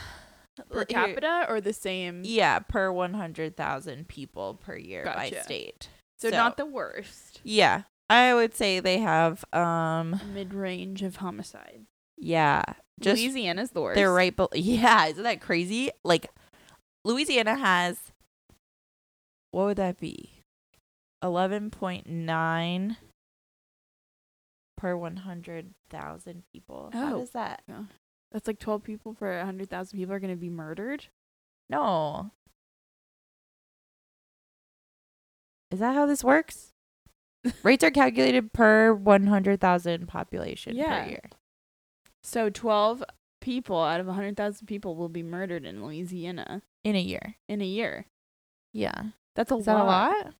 per Here- capita or the same? Yeah, per 100,000 people per year by Gotcha. state. so, so- not the worst. Yeah. I would say they have um Mid range of homicide. yeah, just Louisiana's the worst. they're right bel Yeah, isn't that crazy? Like Louisiana has what would that be? 11.9 per 100,000 people. How Oh. does that? That's like 12 people for 100,000 people are going to be murdered. No. Is that how this works? Rates are calculated per 100,000 population Yeah. per year. So 12 people out of 100,000 people will be murdered in Louisiana In a year. in a year. Yeah. That's a Is lot. that a lot?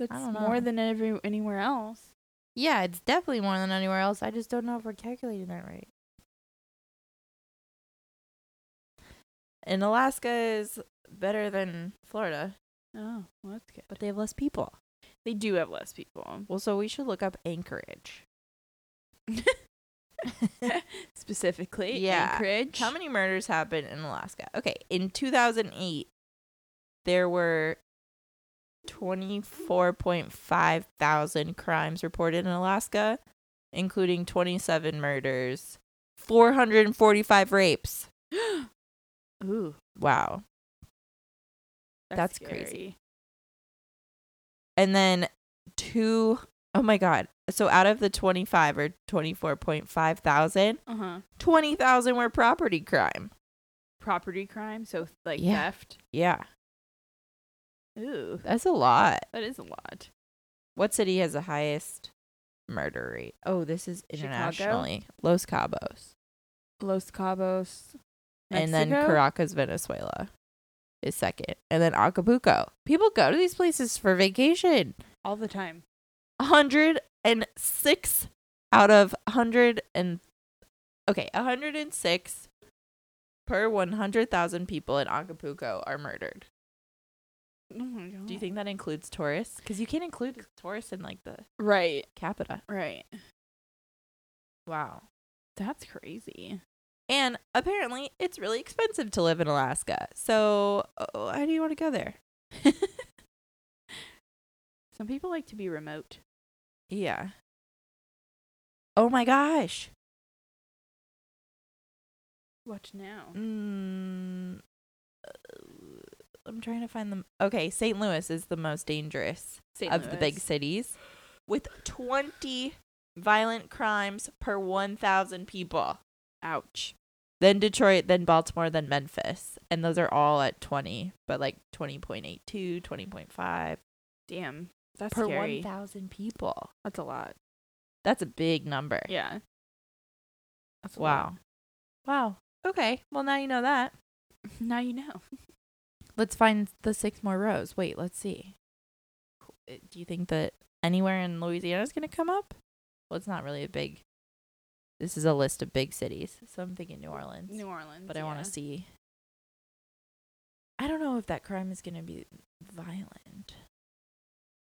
That's don't more know. than every anywhere else. Yeah, it's definitely more than anywhere else. I just don't know if we're calculating that right. And Alaska is better than Florida, Oh, well, that's good. but they have less people. They do have less people. Well, so we should look up Anchorage. specifically Yeah. Anchorage. How many murders happened in Alaska? Okay, in 2008, there were 24.5 thousand crimes reported in Alaska, including 27 murders, 445 rapes. Ooh, Wow. That's crazy. and then two oh my god so out of the 25 or 24.5 thousand Uh huh. 20 thousand were property crime Property crime, so like Yeah. theft. yeah Ooh, that's a lot that is a lot. what city has the highest murder rate oh this is Chicago? internationally los cabos Los Cabos, and then Mexico? caracas venezuela is second and then acapulco people go to these places for vacation all the time. 106 out of 100 and okay 106 per 100,000 people in Acapulco are murdered. Oh my God. Do you think that includes tourists? Cuz you can't include tourists in like the Right, capita. right. Wow. That's crazy. And apparently it's really expensive to live in Alaska. So uh, why do you want to go there? Some people like to be remote. Yeah. Oh my gosh. What now? Mm, I'm trying to find them. Okay, St. Louis is the most dangerous St. of the big Louis. cities with 20 violent crimes per 1,000 people. Ouch. Then Detroit, then Baltimore, then Memphis. And those are all at 20, but like 20.82, 20.5 Damn. That's per scary. 1,000 people. That's a lot. That's a big number. Yeah. That's a lot. Wow. Wow. Okay. Well, now you know that. Now you know. Let's find the six more rows. Wait, let's see. Uh, Do you think that anywhere in Louisiana is going to come up? Well, it's not really a big. This is a list of big cities, so I'm thinking New Orleans. New Orleans. but I want yeah. to see. I don't know if that crime is going to be violent.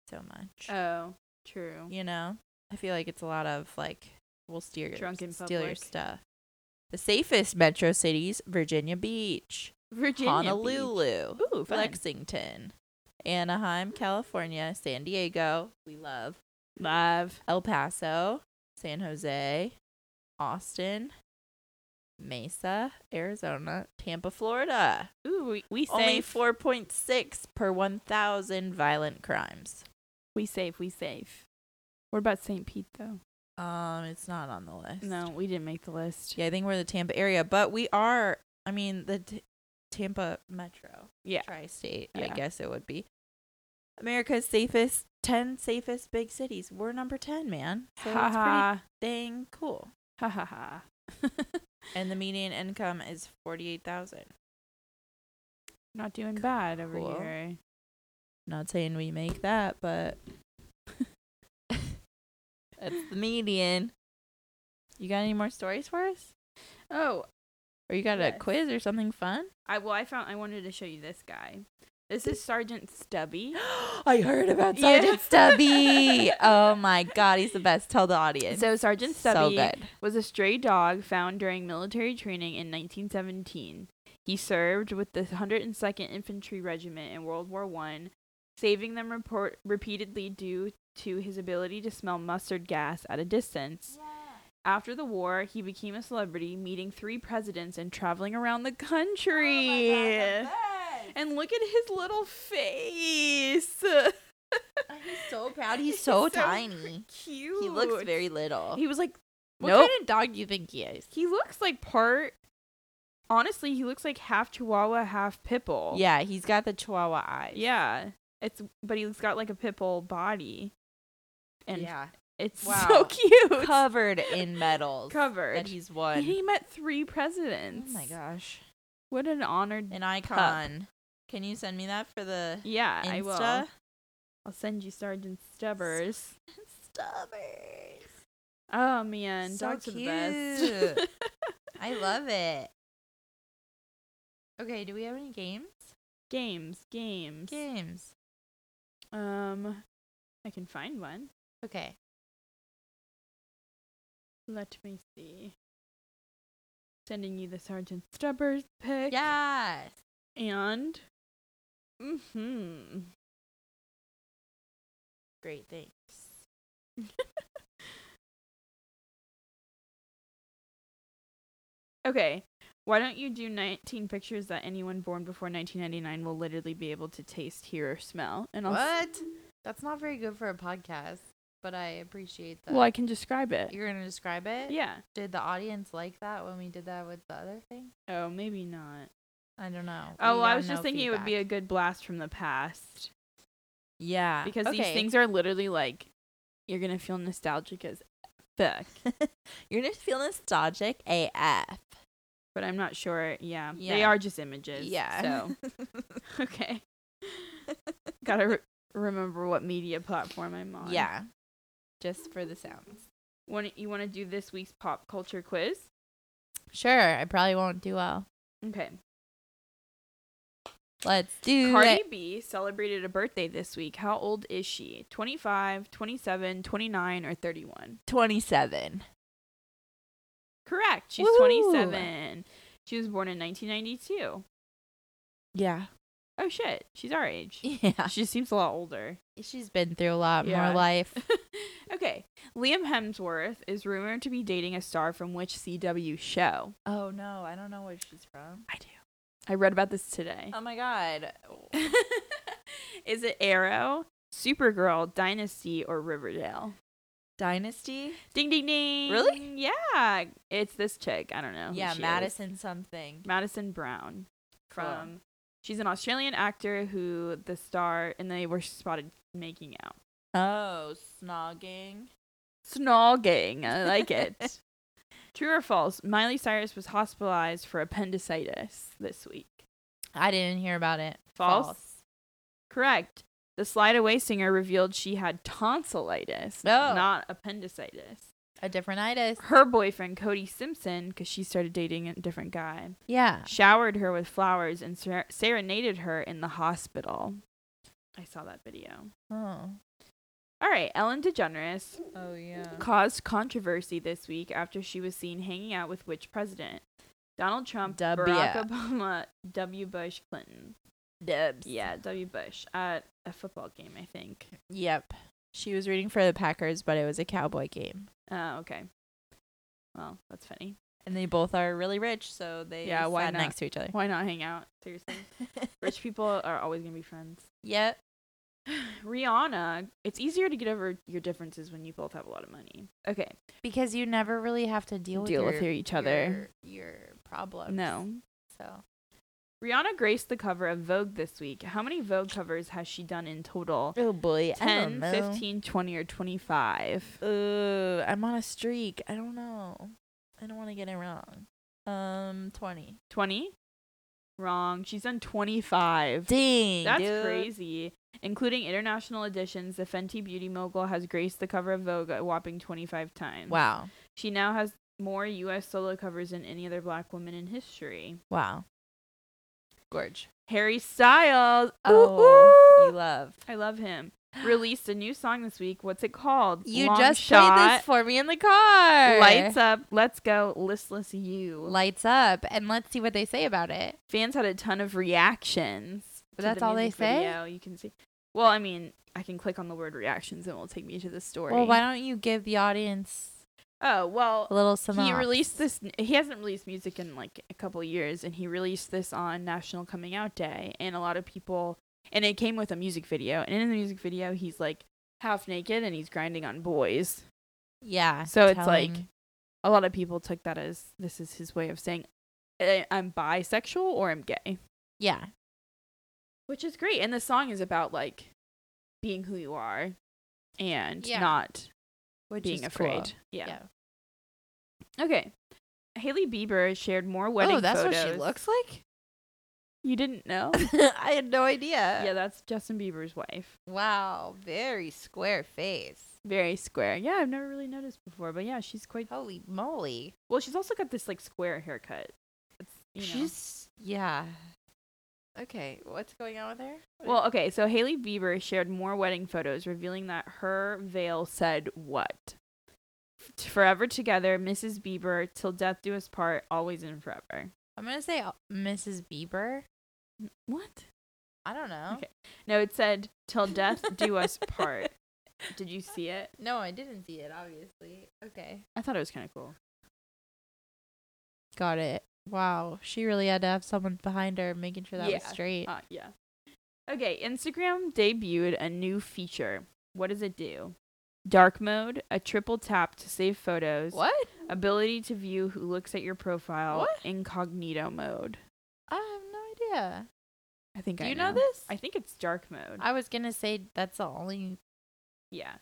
so much. Oh, true. you know, I feel like it's a lot of like we'll steal your Drunk in steal your public. stuff. The safest metro cities: Virginia Beach, Virginia, Beach. Honolulu, Ooh, fun. Lexington, Anaheim, California, San Diego. We love Love. El Paso, San Jose, Austin, Mesa, Arizona, Tampa, Florida. Ooh, we, we Only safe. four point six per one thousand violent crimes. we safe. We safe. What about St. Pete though? Um, it's not on the list. No, we didn't make the list. Yeah, I think we're the Tampa area, but we are. I mean, the t- Tampa Metro. Yeah. Tri-state. I Yeah. guess it would be. America's safest ten safest big cities. We're number ten, man. So ha, it's pretty ha. dang cool. ha ha ha. And the median income is forty eight thousand. Not doing bad over Cool. here. Not saying we make that, but that's the median. You got any more stories for us? Oh, Or you got a Yes. quiz or something fun? I well, I found I wanted to show you this guy. This is Sergeant Stubby. I heard about Yeah. Sergeant Stubby. Oh my god, he's the best. Tell the audience. So Sergeant so Stubby good. was a stray dog found during military training in 1917. He served with the 102nd Infantry Regiment in World War One, saving them report- repeatedly due to his ability to smell mustard gas at a distance. After the war, he became a celebrity, meeting three presidents and traveling around the Oh country. and look at his little face. he's so proud. He's so tiny. Cute. He looks very little. He was like, what nope. kind of dog do you think he is? He looks like part. Honestly, he looks like half Chihuahua, half pit bull. Yeah, he's got the Chihuahua eyes. yeah. It's but he's got like a pit bull body, and yeah. it's Wow. so cute. covered in medals. Covered. And He, he's won. met three oh presidents. my gosh, What an honored. an icon. Can you send me that for the Yeah, I Insta? will. I'll send you Sergeant Stubbers. Stubborn. Oh man, So dogs are the best. I love it. Okay, do we have any games? games, games. Games. Um, I can find one. Okay. Let me see. Sending you the Sergeant Stubbers pick. Yes. And. Hmm. Mm-hmm. Great, thanks. Okay. Why don't you do 19 pictures that anyone born before 1999 will literally be able to taste, hear, or smell? And I'll s- What? That's not very good for a podcast, but I appreciate that. well, I can describe it. You're going to describe it? Yeah. Did the audience like that when we did that with the other thing? Oh, maybe not. I don't know. Oh, well, I was just thinking it would be a good blast from the past. Yeah. because these things are literally like you're gonna feel nostalgic as fuck. You're going to feel nostalgic AF. But I'm not sure. Yeah, they Yeah. are just images. Yeah. So okay, gotta re- remember what media platform I'm on. yeah. Just for the sounds. Want you want to do this week's pop culture quiz? Sure, I probably won't do well. Okay. Let's do Cardi it. B celebrated a birthday this week. How old is she? 25, 27, 29, or 31? 27. Correct. She's Woo! 27. She was born in 1992. Yeah. Oh shit, she's our age. Yeah. She seems a lot older. She's been through a lot Yeah. more life. okay. Liam Hemsworth is rumored to be dating a star from which CW show? Oh no, I don't know where she's from. I do. I read about this today. Oh my god. is it Arrow, Supergirl, Dynasty, or Riverdale? Dynasty? Ding ding ding. Really? Yeah. It's this chick. I don't know. who yeah, she is. Madison something. Madison Brown Cool. from She's an Australian actor who the star and they were spotted making out. Oh, snogging. Snogging. I like it. True or false? Miley Cyrus was hospitalized for appendicitis this week. I didn't hear about it. False. Correct. The Slide Away singer revealed she had tonsillitis, Oh. not appendicitis. A different itis. Her boyfriend, Cody Simpson, because she started dating a different guy, Yeah. showered her with flowers and ser- serenaded her in the hospital. I saw that video. Oh. All right, Ellen DeGeneres Oh yeah. caused controversy this week after she was seen hanging out with which president? Donald Trump, Barack W. Obama, W. Bush, Clinton. Dubs. Yeah, W. Bush at a football game, I think. Yep. She was rooting for the Packers, but it was a cowboy game. Uh, okay. Well, that's funny. And they both are really rich, so they Yeah, why sat not? next to each other. Why not hang out? Seriously. Rich people are always going to be friends. yep. Rihanna, it's easier to get over your differences when you both have a lot of money. Okay. Because you never really have to deal with Deal your, with your- each other. Your, your problems. No. So Rihanna graced the cover of Vogue this week. How many Vogue covers has she done in total? Oh boy. 10, 15, 20, or 25? Ooh, uh, I'm on a streak. I don't know. I don't want to get it wrong. Um, twenty. 20? Wrong. She's done 25. Dang, That's crazy. Including international editions, the Fenty Beauty mogul has graced the cover of Vogue a whopping 25 times. Wow, She now has more U.S. solo covers than any other black woman in history. wow, gorge. Harry Styles. Ooh, Oh, ooh. you love. I love him. Released a new song this week. What's it called? You Long just played shot. this for me in the car. Lights up. Let's go. Listless you. lights up, and let's see what they say about it. Fans had a ton of reactions. But to that's the all they music say? Video. You can see. Well, I mean, I can click on the word reactions and it'll take me to the story. Well, why don't you give the audience Oh well, a little synopsis? He released this. He hasn't released music in like a couple years, and he released this on National Coming Out Day, and a lot of people. And it came with a music video, and in the music video, he's like half naked and he's grinding on boys. Yeah. So it's telling- like- A lot of people took that as this is his way of saying "I- I'm bisexual or I'm gay, yeah, which is great. And the song is about like being who you are and Yeah. not which being is afraid. cool. Yeah. Okay. Haley Bieber shared more wedding Oh, that's photos. what she looks like. You didn't know? I had no idea. yeah, that's Justin Bieber's wife. Wow, very square face. Very square. Yeah, I've never really noticed before, but yeah, she's quite Holy moly. well. She's also got this like square haircut. It's, you know. She's yeah. Okay, what's going on with her? well, okay. So Haley Bieber shared more wedding photos, revealing that her veil said what? F- Forever together, Mrs. Bieber, till death do us part, always and forever. I'm gonna say uh, Mrs. Bieber. What? I don't know. Okay. No, it said till death do us part. Did you see it? No, I didn't see it. Obviously. Okay. I thought it was kind of cool. Got it. Wow, she really had to have someone behind her making sure that was Yeah. straight. Uh, yeah. Okay, Instagram debuted a new feature. What does it do? Dark mode, a triple tap to save photos, What? ability to view who looks at your profile, What? incognito mode. I have no idea. I think Do I you know this? I think it's dark mode. I was gonna say that's the only. yeah.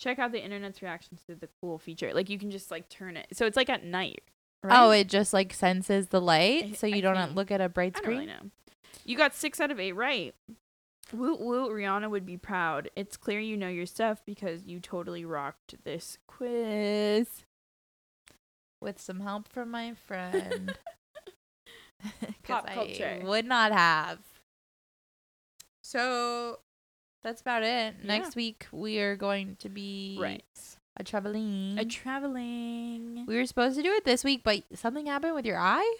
Check out the internet's reactions to the cool feature. Like you can just like turn it. So it's like at night. Right? Oh, it just like senses the light, I- so I you don't think. look at a bright I don't really screen. know. You got six out of eight right. Woot woot, Rihanna would be proud. It's clear you know your stuff because you totally rocked this quiz. With some help from my friend. 'Cause Pop I culture. would not have. So that's about it. Yeah. Next week we are going to be right. a traveling. A traveling. Mm-hmm. we were supposed to do it this week, but something happened with your eye.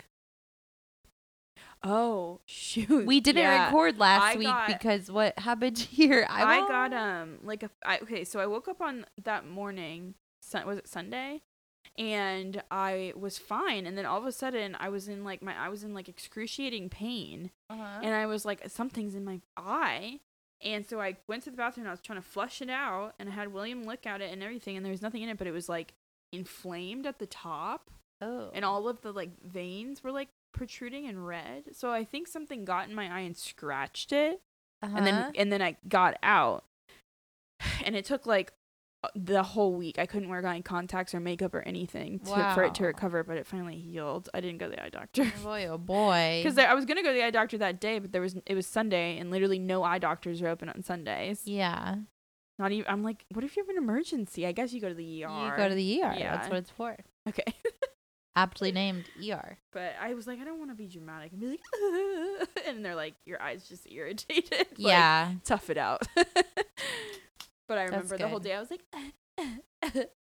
Oh shoot. We didn't Yeah. record I last week got- because what happened to your I, eye? got um like a I, okay. So I woke up on that morning. Sun, was it Sunday? And I was fine, and then all of a sudden I was in like my I was in like excruciating pain, uh and I was like something's in my eye. And so I went to the bathroom and I was trying to flush it out, and I had William look at it and everything, and there was nothing in it, but it was like inflamed at the top. oh. and all of the like veins were like protruding and red. So I think something got in my eye and scratched it, and Uh-huh. then and then I got out, and it took like uh, the whole week. I couldn't wear eye contacts or makeup or anything to, for it to Wow. recover, but it finally healed. I didn't go to the eye doctor. Oh boy, oh boy. Because I was gonna go to the eye doctor that day, but there was it was Sunday, and literally no eye doctors are open on Sundays. yeah, Not even. I'm like, what if you have an emergency? I guess you go to the ER. you go to the ER. Yeah. That's what it's for. okay. Aptly named ER. But I was like, I don't want to be dramatic and be like, and they're like, your eyes just irritated. Like, yeah. tough it out. but I That's remember the whole good. day I was like,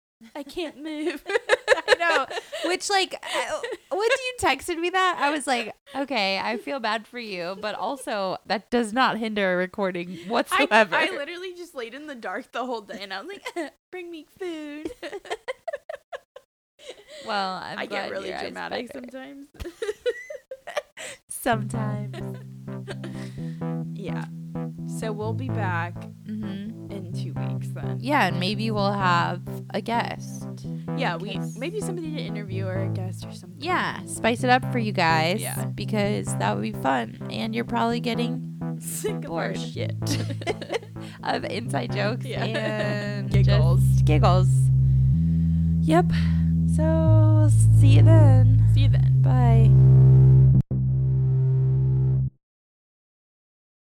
I can't move. I know. Which like I- once you texted me that, I was like, okay, I feel bad for you, but also that does not hinder a recording I, whatsoever. I literally just laid in the dark the whole day and I was like, bring me food. well, I'm i glad get really your eyes dramatic better. sometimes. sometimes. yeah. So we'll be back hmm in two weeks then. Yeah, and maybe we'll have a guest. Yeah, we Because- maybe somebody to interview or a guest or something. Yeah, spice it up for you guys. Yeah. because that would be fun, and you're probably getting Sick of our Bored. shit. of inside jokes Yeah. and Giggles. just giggles. Yep. So see you then. See you then. Bye.